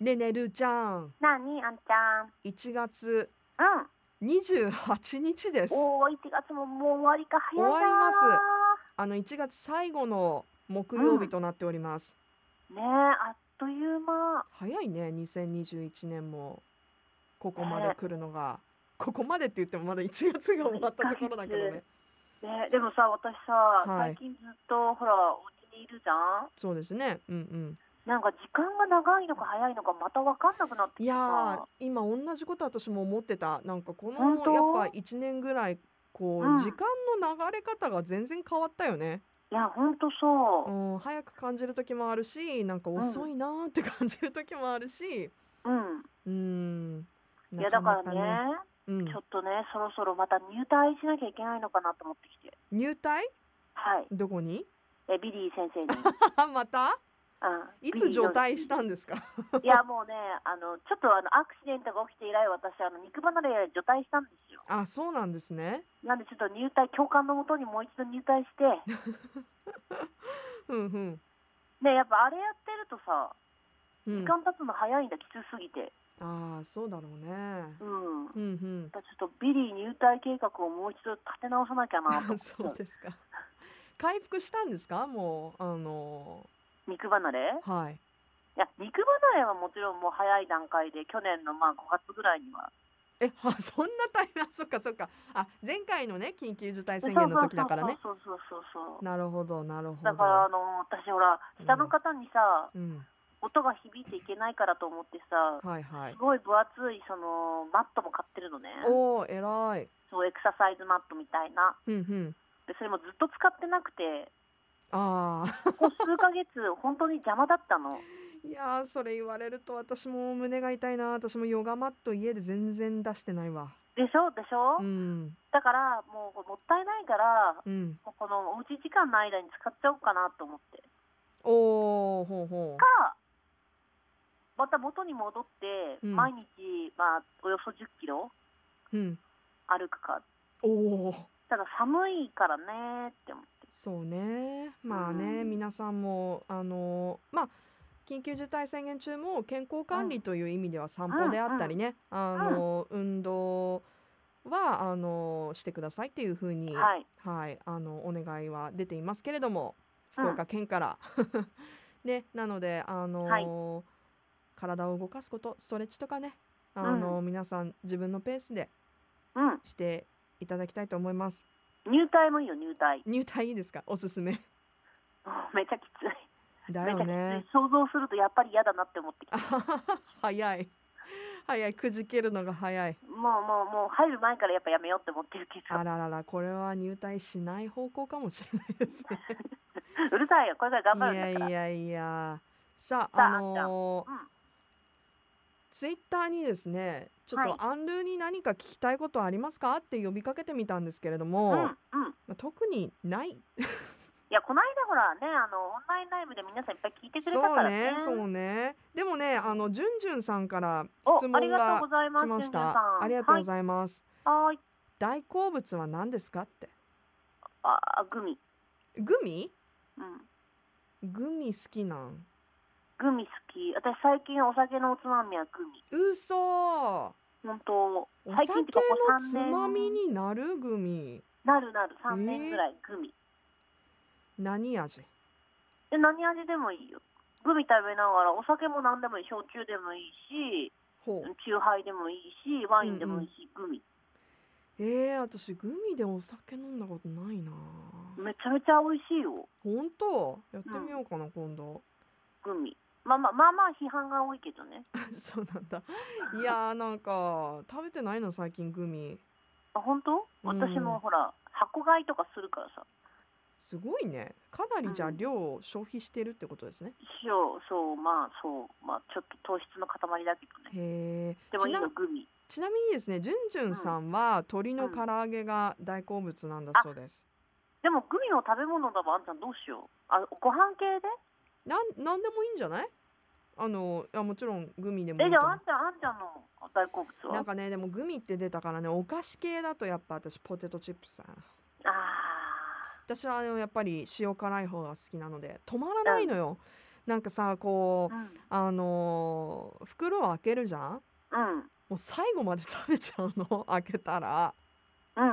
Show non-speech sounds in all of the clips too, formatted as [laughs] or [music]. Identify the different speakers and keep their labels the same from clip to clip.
Speaker 1: ねえねえるーちゃん、
Speaker 2: なに、あんちゃん。
Speaker 1: 1月
Speaker 2: うん。
Speaker 1: 28日です。
Speaker 2: おお、一月ももう終わりか早いな。
Speaker 1: 終わりますあの1月最後の木曜日となっております。
Speaker 2: ねえ、あっという間。
Speaker 1: 早いね、2021年もここまで来るのが、ここまでって言ってもまだ1月が終わったところだけど
Speaker 2: 一ヶ
Speaker 1: ね
Speaker 2: 月。ね、でもさ、私さ、
Speaker 1: はい
Speaker 2: 最近ずっとほらお家にいるじゃん。
Speaker 1: そうですね。うんうん。
Speaker 2: なんか時間が長いのか早いのかまたわかんなくなって
Speaker 1: い
Speaker 2: きた。
Speaker 1: やー、今同じこと私も思ってた。なんかこの
Speaker 2: 本当
Speaker 1: やっぱ1年ぐらいこう、
Speaker 2: うん
Speaker 1: 時間の流れ方が全然変わったよね。
Speaker 2: いや、本当そう。
Speaker 1: うん、早く感じる時もあるし、なんか遅いなーって感じる時もあるし。
Speaker 2: うん。
Speaker 1: うん。
Speaker 2: いやだからね、
Speaker 1: うん、
Speaker 2: ちょっとね、そろそろまた入隊しなきゃいけないのかなと思ってきて。
Speaker 1: 入隊
Speaker 2: はい。
Speaker 1: どこ
Speaker 2: [laughs]
Speaker 1: に
Speaker 2: え、ビリー先
Speaker 1: [laughs]
Speaker 2: 生に。
Speaker 1: また
Speaker 2: うん。
Speaker 1: いつ除隊した
Speaker 2: の
Speaker 1: んですか [laughs]
Speaker 2: いやもうね、あのちょっとあのアクシデントが起きて以来、私、あの肉離れ除隊したんですよ。
Speaker 1: あそうなんですね、
Speaker 2: なんで、ちょっと入隊、教官のもとにもう一度入隊して、
Speaker 1: うんうん
Speaker 2: ね、やっぱあれやってるとさ、
Speaker 1: う
Speaker 2: 時
Speaker 1: ん、
Speaker 2: 間経つの早いんだ、きつすぎて。
Speaker 1: ああそうだろうね
Speaker 2: うん。
Speaker 1: うんうん
Speaker 2: だからちょっとビリー入隊計画をもう一度立て直さなきゃ
Speaker 1: [laughs]
Speaker 2: なと
Speaker 1: そ
Speaker 2: 思っ
Speaker 1: う
Speaker 2: て、
Speaker 1: ですか回復したんですかもうあの
Speaker 2: 肉離れ
Speaker 1: ーはい
Speaker 2: いや、肉離れはもちろんもう早い段階で、去年のまあ5月ぐらいには。
Speaker 1: えあそんな大変 [laughs] あそっかそっかあ前回のね緊急事態宣言の時だからね
Speaker 2: そうそうそうそうそうそうそう。
Speaker 1: なるほどなるほど
Speaker 2: だから、あの、私、ほら、下の方にさ、
Speaker 1: うん
Speaker 2: 音が響いていけないからと思ってさ、
Speaker 1: はいはい
Speaker 2: すごい分厚いそのマットも買ってるのね
Speaker 1: おお偉い
Speaker 2: そうエクササイズマットみたいな
Speaker 1: うんうん
Speaker 2: でそれもずっと使ってなくて
Speaker 1: ああ
Speaker 2: ここ数ヶ月 [laughs] 本当に邪魔だったの
Speaker 1: いやーそれ言われると私も胸が痛いな私もヨガマット家で全然出してないわ
Speaker 2: でしょでしょ、
Speaker 1: うん
Speaker 2: だからもうもったいないから
Speaker 1: うん
Speaker 2: もうこのおうち時間の間に使っちゃおうかなと思って
Speaker 1: おーほうほ
Speaker 2: かまた元に戻って
Speaker 1: うん
Speaker 2: 毎日、まあ、およそ1 0キロ
Speaker 1: ううん
Speaker 2: 歩くか
Speaker 1: おー
Speaker 2: ただ寒いからねって思って
Speaker 1: そうねまあね、
Speaker 2: うん
Speaker 1: 皆さんもあのーまあ緊急事態宣言中も健康管理という意味では散歩であったりね、あのー運動はあのーしてくださいっていうふうに、
Speaker 2: はい
Speaker 1: はい、あのお願いは出ていますけれども
Speaker 2: うん
Speaker 1: 福岡県から、 [laughs] ね、なのであの、
Speaker 2: はい
Speaker 1: 体を動かすことストレッチとかねあの、皆さん自分のペースで
Speaker 2: うん
Speaker 1: していただきたいと思います
Speaker 2: 入隊もいいよ入隊 [laughs]
Speaker 1: 入隊いいですかおすすめ
Speaker 2: めっちゃきつい
Speaker 1: だ
Speaker 2: め
Speaker 1: よ
Speaker 2: ちゃ
Speaker 1: ね
Speaker 2: くちゃ想像するとやっぱり嫌だなって思ってきて
Speaker 1: あはは [laughs] 早い早いくじけるのが早い
Speaker 2: もうもうもう入る前からやっぱやめようって思ってるけど
Speaker 1: あらららこれは入隊しない方向かもしれないですね
Speaker 2: うるさいよこれから頑張る
Speaker 1: い
Speaker 2: ん
Speaker 1: や
Speaker 2: だ
Speaker 1: い
Speaker 2: から
Speaker 1: やいやさ
Speaker 2: さ
Speaker 1: あ
Speaker 2: あ
Speaker 1: あのー
Speaker 2: あんちゃんうん
Speaker 1: ツイッターにですねちょっ
Speaker 2: は
Speaker 1: とアンルーに何か聞きたいことありますかって呼びかけてみたんですけれども、
Speaker 2: うん
Speaker 1: ま
Speaker 2: うん
Speaker 1: あ特にない
Speaker 2: いやこの間ほらねあのオンラインライブで皆さんいっぱい聞いてくれた
Speaker 1: そ
Speaker 2: か
Speaker 1: う
Speaker 2: ら
Speaker 1: ね
Speaker 2: ね
Speaker 1: そうねでもねあのじゅんじゅんさんから質
Speaker 2: おあ
Speaker 1: 問
Speaker 2: りが
Speaker 1: が
Speaker 2: とうございます
Speaker 1: 来まし
Speaker 2: ジュンジュンさ
Speaker 1: た
Speaker 2: ん
Speaker 1: ありがとうございます、
Speaker 2: はいはーい
Speaker 1: 大好物は何ですかって
Speaker 2: あグミ
Speaker 1: グミ
Speaker 2: うん
Speaker 1: グミ好きなん
Speaker 2: グミ好き私最近お酒のおつまみはグミ
Speaker 1: 嘘お
Speaker 2: 本当
Speaker 1: 酒
Speaker 2: 最近
Speaker 1: の
Speaker 2: ってここ
Speaker 1: つ
Speaker 2: 3
Speaker 1: まみ
Speaker 2: 年
Speaker 1: になるグミ
Speaker 2: なるなる3年ぐらいグミ、
Speaker 1: 何味
Speaker 2: で何味でもいいよグミ食べながらお酒も何でもいい焼酎でもいいし
Speaker 1: ほう
Speaker 2: チューハイでもいいしワインでもいいし、グミ
Speaker 1: えー、私グミでお酒飲んだことないな
Speaker 2: めちゃめちゃ美味しいよ
Speaker 1: 本当やってみようかな、今度 [laughs]
Speaker 2: グミまあまあまあまあ批判が多いけどね
Speaker 1: そうなんだいやーなんか食べてないの最近グミ
Speaker 2: あ本当
Speaker 1: うん
Speaker 2: 私もほら、箱買いとかするからさ
Speaker 1: すごいねかなりじゃあ
Speaker 2: うん
Speaker 1: 量を消費してるってことですね、
Speaker 2: 一応そうまあそうまあちょっと糖質の塊だけどね
Speaker 1: へえ
Speaker 2: でも
Speaker 1: ち
Speaker 2: いい
Speaker 1: な
Speaker 2: のグミ
Speaker 1: ちなみにですねじゅんじゅんさんは鶏の唐揚げが大好物なんだそうです、
Speaker 2: でもグミの食べ物だもんあんちゃんどうしようあご飯系で
Speaker 1: なんなんでもいいんじゃないあのいやもちろんグミでもい
Speaker 2: え
Speaker 1: い
Speaker 2: じ
Speaker 1: と
Speaker 2: ゃ
Speaker 1: 思
Speaker 2: ああんちゃんあんちゃんの大好物
Speaker 1: うな
Speaker 2: は
Speaker 1: んかねでもグミって出たからねお菓子系だとやっぱ私ポテトチップスだな
Speaker 2: あ
Speaker 1: 私はあのやっぱり塩辛い方が好きなので止まらないのよ、なんかさこ
Speaker 2: う、
Speaker 1: うんあのー袋を開けるじゃん
Speaker 2: うん、
Speaker 1: もう最後まで食べちゃうの [laughs] 開けたら
Speaker 2: うん、う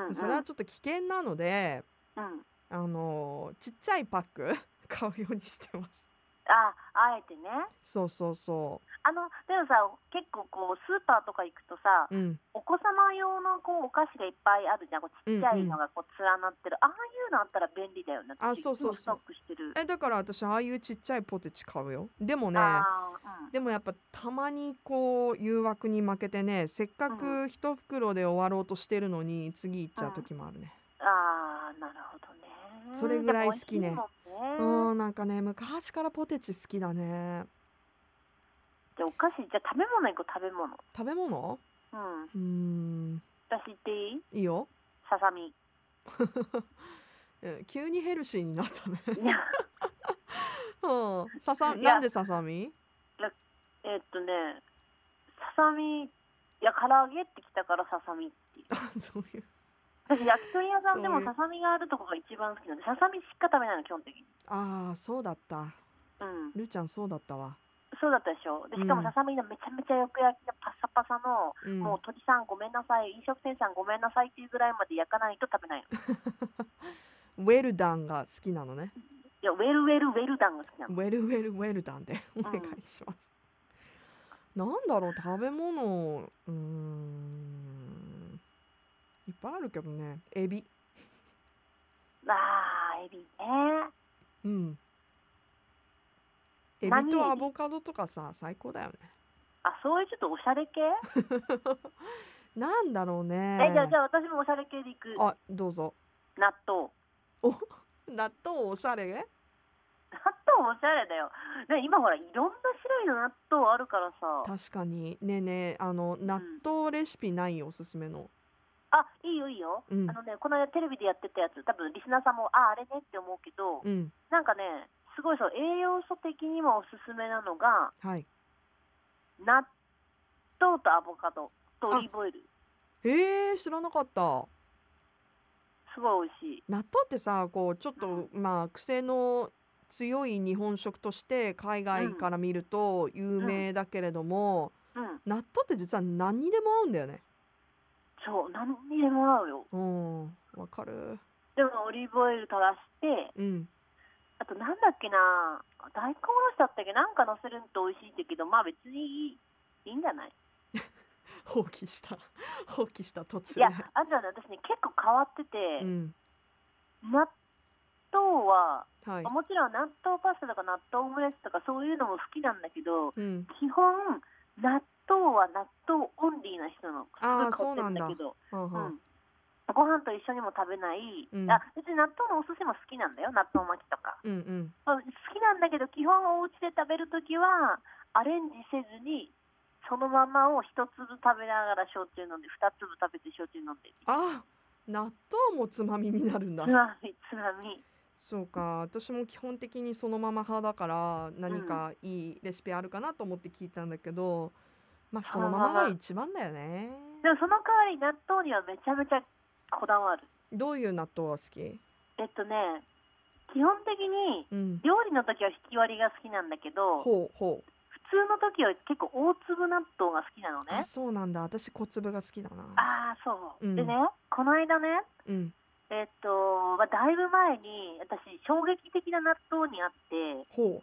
Speaker 2: ん、うん、
Speaker 1: それはちょっと危険なので
Speaker 2: うん、
Speaker 1: あのーちっちゃいパック買うようにしてます [laughs]
Speaker 2: あ、あえてね。
Speaker 1: そうそうそ
Speaker 2: あの、でもさ、結構こうスーパーとか行くとさ、
Speaker 1: ううん
Speaker 2: お子様用のこうお菓子がいっぱいあるじゃん。こうちっちゃいのがこう連なってる。ああいうのあったら便利だよね。
Speaker 1: あ
Speaker 2: 私
Speaker 1: そうそうそう
Speaker 2: いつもストックしてる。
Speaker 1: えだから私ああいうちっちゃいポテチ買うよでもね
Speaker 2: ああ、うん。
Speaker 1: でもやっぱたまにこう誘惑に負けてねせっかく一袋で終わろうとしてるのに次行っちゃう時もあるね
Speaker 2: ああ、なるほどね。
Speaker 1: それぐらい好きね
Speaker 2: でも美味しいもん
Speaker 1: う
Speaker 2: ね
Speaker 1: んなんかね昔からポテチ好きだね
Speaker 2: じゃあお菓子じゃあ食べ物行こう食べ物
Speaker 1: 食べ物
Speaker 2: うん
Speaker 1: うーん
Speaker 2: 私言っていい
Speaker 1: いいよ
Speaker 2: さ
Speaker 1: [laughs]
Speaker 2: さみい
Speaker 1: うん急にヘルシーになったね [laughs]
Speaker 2: や
Speaker 1: うんささ
Speaker 2: いや
Speaker 1: なんでささみ [laughs]
Speaker 2: えっとねささみいや唐揚げってきたからささみっていう
Speaker 1: あそういう
Speaker 2: 私焼き鳥屋さんで
Speaker 1: そう
Speaker 2: も
Speaker 1: いう
Speaker 2: ささみがあるとこが一番好きなんでささみしか食べないの基本的に
Speaker 1: ああそうだった
Speaker 2: うん
Speaker 1: るーちゃんそうだったわ
Speaker 2: そうだったでしょでしか
Speaker 1: う
Speaker 2: も
Speaker 1: ん
Speaker 2: ささみのめちゃめちゃよく焼きのパサパサの、
Speaker 1: うん
Speaker 2: もう鳥さんごめんなさい飲食店さんごめんなさいっていうぐらいまで焼かないと食べないの
Speaker 1: ウェルダンが好きなのね
Speaker 2: いやウェルウェルウェルダンが好きな
Speaker 1: ウ
Speaker 2: の
Speaker 1: ェルウェルウェルダンでお願いします、なんだろう食べ物うーんいっぱいあるけどねエビ
Speaker 2: あーエビね
Speaker 1: うんエビ
Speaker 2: 何エビ
Speaker 1: とアボカドとかさ最高だよね
Speaker 2: あそういうちょっとおしゃれ系
Speaker 1: なんだろうね
Speaker 2: えじゃあじゃあ私もおしゃれ系でいく
Speaker 1: あどうぞ
Speaker 2: 納豆
Speaker 1: 納豆おしゃれ
Speaker 2: 納豆おしゃれだよね今ほらいろんな種類の納豆あるからさ
Speaker 1: 確かにねえねえあの納豆レシピないおすすめの
Speaker 2: あいいよいいよ、
Speaker 1: うん
Speaker 2: あのねこの間テレビでやってたやつ多分リスナーさんもああれねって思うけど、
Speaker 1: うん
Speaker 2: なんかねすごいそう栄養素的にもおすすめなのが
Speaker 1: はい
Speaker 2: 納豆とアボカドとオリーブオイル
Speaker 1: えー、知らなかった
Speaker 2: すごい美味しい
Speaker 1: 納豆ってさこうちょっと、まあ癖の強い日本食として海外から見ると有名だけれども、
Speaker 2: うん
Speaker 1: 納豆って実は何にでも合うんだよね。
Speaker 2: そう何にでも合うよ
Speaker 1: うん、わかる。
Speaker 2: でもオリーブオイル垂らして
Speaker 1: うん、
Speaker 2: あとなんだっけな大根おろしだったっけなんかのせるんと美味しいんだけどまあ別にいいいいんじゃない
Speaker 1: 放棄した、放棄した途中
Speaker 2: い
Speaker 1: で
Speaker 2: や。あとはね私ね結構変わってて、
Speaker 1: うん、
Speaker 2: 納豆は、
Speaker 1: はい
Speaker 2: まあ。もちろん納豆パスタとか納豆オムレツとかそういうのも好きなんだけど
Speaker 1: うん、
Speaker 2: 基本納豆は納豆オンリーな人のす
Speaker 1: あー
Speaker 2: ごい変わってるんだけど
Speaker 1: はんは
Speaker 2: う
Speaker 1: ん、
Speaker 2: んご飯と一緒にも食べない、
Speaker 1: うん
Speaker 2: あ別に納豆のお寿司も好きなんだよ納豆巻きとか、
Speaker 1: うん、うん。
Speaker 2: まあ好きなんだけど基本お家で食べるときはアレンジせずにそのままを一粒食べながら焼酎飲んで二粒食べて焼酎飲んで
Speaker 1: あ、納豆もつまみになるんだ
Speaker 2: つ。まみつまみ
Speaker 1: そうか、私も基本的にそのまま派だから、何かいいレシピあるかなと思って聞いたんだけど。まあ、そのままが一番だよね。
Speaker 2: でもその代わり納豆にはめちゃめちゃこだわる
Speaker 1: どういう納豆が好き？
Speaker 2: えっとね基本的に
Speaker 1: うん。
Speaker 2: 料理の時は引き割りが好きなんだけど普
Speaker 1: ほうほう。
Speaker 2: 通の時は結構大粒納豆が好きなの
Speaker 1: あ、
Speaker 2: ね
Speaker 1: そうなんだ。私小粒が好きだな。
Speaker 2: ああそ
Speaker 1: う
Speaker 2: う、
Speaker 1: ん
Speaker 2: でねこの間ね
Speaker 1: うん。
Speaker 2: えっと、まあ、だいぶ前に私衝撃的な納豆にあって
Speaker 1: ほ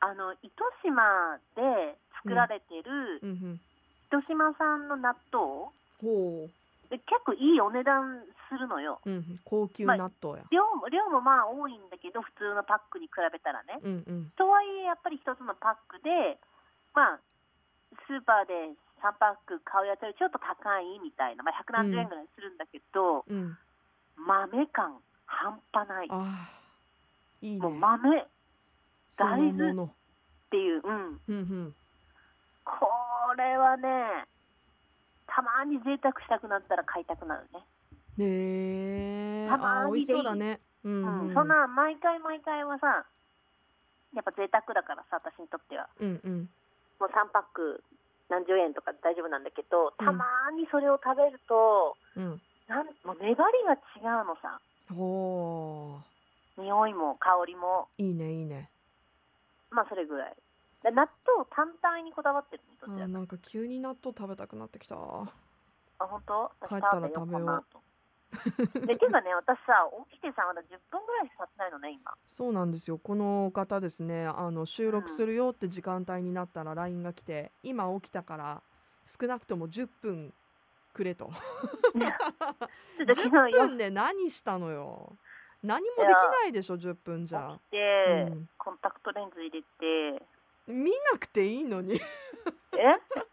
Speaker 2: あの糸島で作られてる
Speaker 1: う。うんうん。
Speaker 2: 糸島産の納豆
Speaker 1: ほ
Speaker 2: で結構いいお値段するのよ
Speaker 1: う。うん。高級納豆や。
Speaker 2: 量も量もまあ多いんだけど普通のパックに比べたらね
Speaker 1: うんうん。
Speaker 2: とはいえやっぱり一つのパックでまあスーパーで3パック買うやつよりちょっと高いみたいな、まあ、170円ぐらいするんだけど、
Speaker 1: うん。
Speaker 2: 豆感半端ない
Speaker 1: ああ。いい
Speaker 2: もう
Speaker 1: ね。
Speaker 2: 豆っ
Speaker 1: その
Speaker 2: 大
Speaker 1: も
Speaker 2: 豆
Speaker 1: の。
Speaker 2: ていう、う
Speaker 1: う
Speaker 2: ん、
Speaker 1: んうん。
Speaker 2: これはねたまに贅沢したくなったら買いたくなるね、
Speaker 1: ねえ。
Speaker 2: たま
Speaker 1: あー
Speaker 2: に
Speaker 1: 美味しそうだね。う
Speaker 2: うんん
Speaker 1: うん。
Speaker 2: そんな毎回毎回はさやっぱ贅沢だからさ私にとっては
Speaker 1: うんうん。
Speaker 2: もう3パック何十円とか大丈夫なんだけど
Speaker 1: うん
Speaker 2: たまにそれを食べると、
Speaker 1: うん。
Speaker 2: なんもう粘りが違うのさ
Speaker 1: ほ
Speaker 2: 匂いも香りも
Speaker 1: う。いいねいいね。
Speaker 2: まあそれぐらいで納豆単体にこだわってるの
Speaker 1: あ
Speaker 2: どちら
Speaker 1: ー
Speaker 2: か
Speaker 1: なんか急に納豆食べたくなってきた
Speaker 2: あ本当
Speaker 1: 帰っ
Speaker 2: 私
Speaker 1: たら食べよう
Speaker 2: 食べようかなと [laughs] でていうかね私さ起きてさまだ10分ぐらいしか経ってないのね今
Speaker 1: そうなんですよこの方ですねあの収録
Speaker 2: うん
Speaker 1: するよって時間帯になったら LINE が来て今起きたから少なくとも10分くれと
Speaker 2: ちょっと
Speaker 1: 10
Speaker 2: 昨日夜
Speaker 1: 分で何したのよ何もできないでしょ10分じゃ
Speaker 2: 起きて、
Speaker 1: うん
Speaker 2: コンタクトレンズ入れて
Speaker 1: 見なくていいのに
Speaker 2: えい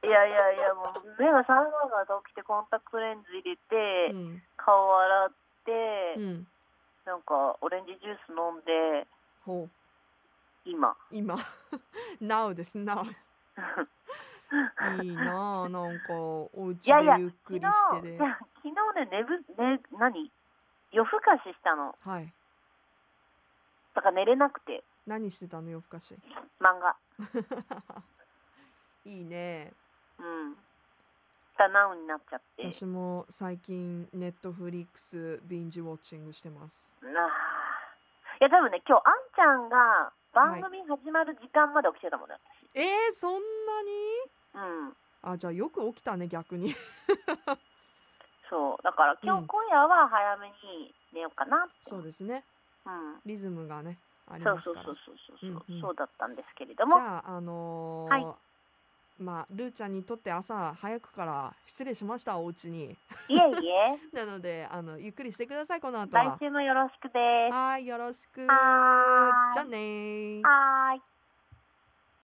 Speaker 2: やいやいやもう目が覚めながら起きてコンタクトレンズ入れて、
Speaker 1: うん
Speaker 2: 顔洗って、
Speaker 1: うん
Speaker 2: なんかオレンジジュース飲んで
Speaker 1: ほう
Speaker 2: 今
Speaker 1: 今 [laughs] Now です Now いいな
Speaker 2: [laughs]
Speaker 1: あなんかお家
Speaker 2: いやいや
Speaker 1: でゆっく
Speaker 2: 昨
Speaker 1: り
Speaker 2: 日
Speaker 1: してで、
Speaker 2: じゃあ昨日ね寝ぶ寝何夜更かししたの
Speaker 1: はい
Speaker 2: だから寝れなくて
Speaker 1: 何してたの夜更かし [laughs]
Speaker 2: 漫画
Speaker 1: いいね
Speaker 2: うんだナウになっちゃって
Speaker 1: 私も最近ネットフリックスビンジウォッチングしてます
Speaker 2: なあいや多分ね今日あんちゃんが番組始まる時間まで起きてたもんね、
Speaker 1: えー、そんなに
Speaker 2: うん
Speaker 1: あじゃあよく起きたね逆に [laughs]
Speaker 2: そうだから今
Speaker 1: う
Speaker 2: 日
Speaker 1: ん
Speaker 2: 今夜は早めに寝ようかなって
Speaker 1: そうですね
Speaker 2: うん
Speaker 1: リズムがねあり
Speaker 2: そう
Speaker 1: ます
Speaker 2: そう
Speaker 1: から
Speaker 2: そうそうそうそう、
Speaker 1: うんうん
Speaker 2: そうだったんですけれど
Speaker 1: じ
Speaker 2: も
Speaker 1: ゃああのー
Speaker 2: は
Speaker 1: まあルーちゃんにとって朝早くから失礼しましたお家に
Speaker 2: いえい
Speaker 1: [laughs]
Speaker 2: え
Speaker 1: なのであのゆっくりしてくださいこの後
Speaker 2: 来
Speaker 1: は
Speaker 2: 週もよろしくです
Speaker 1: はいよろしく
Speaker 2: はーい
Speaker 1: じゃあねー
Speaker 2: はーい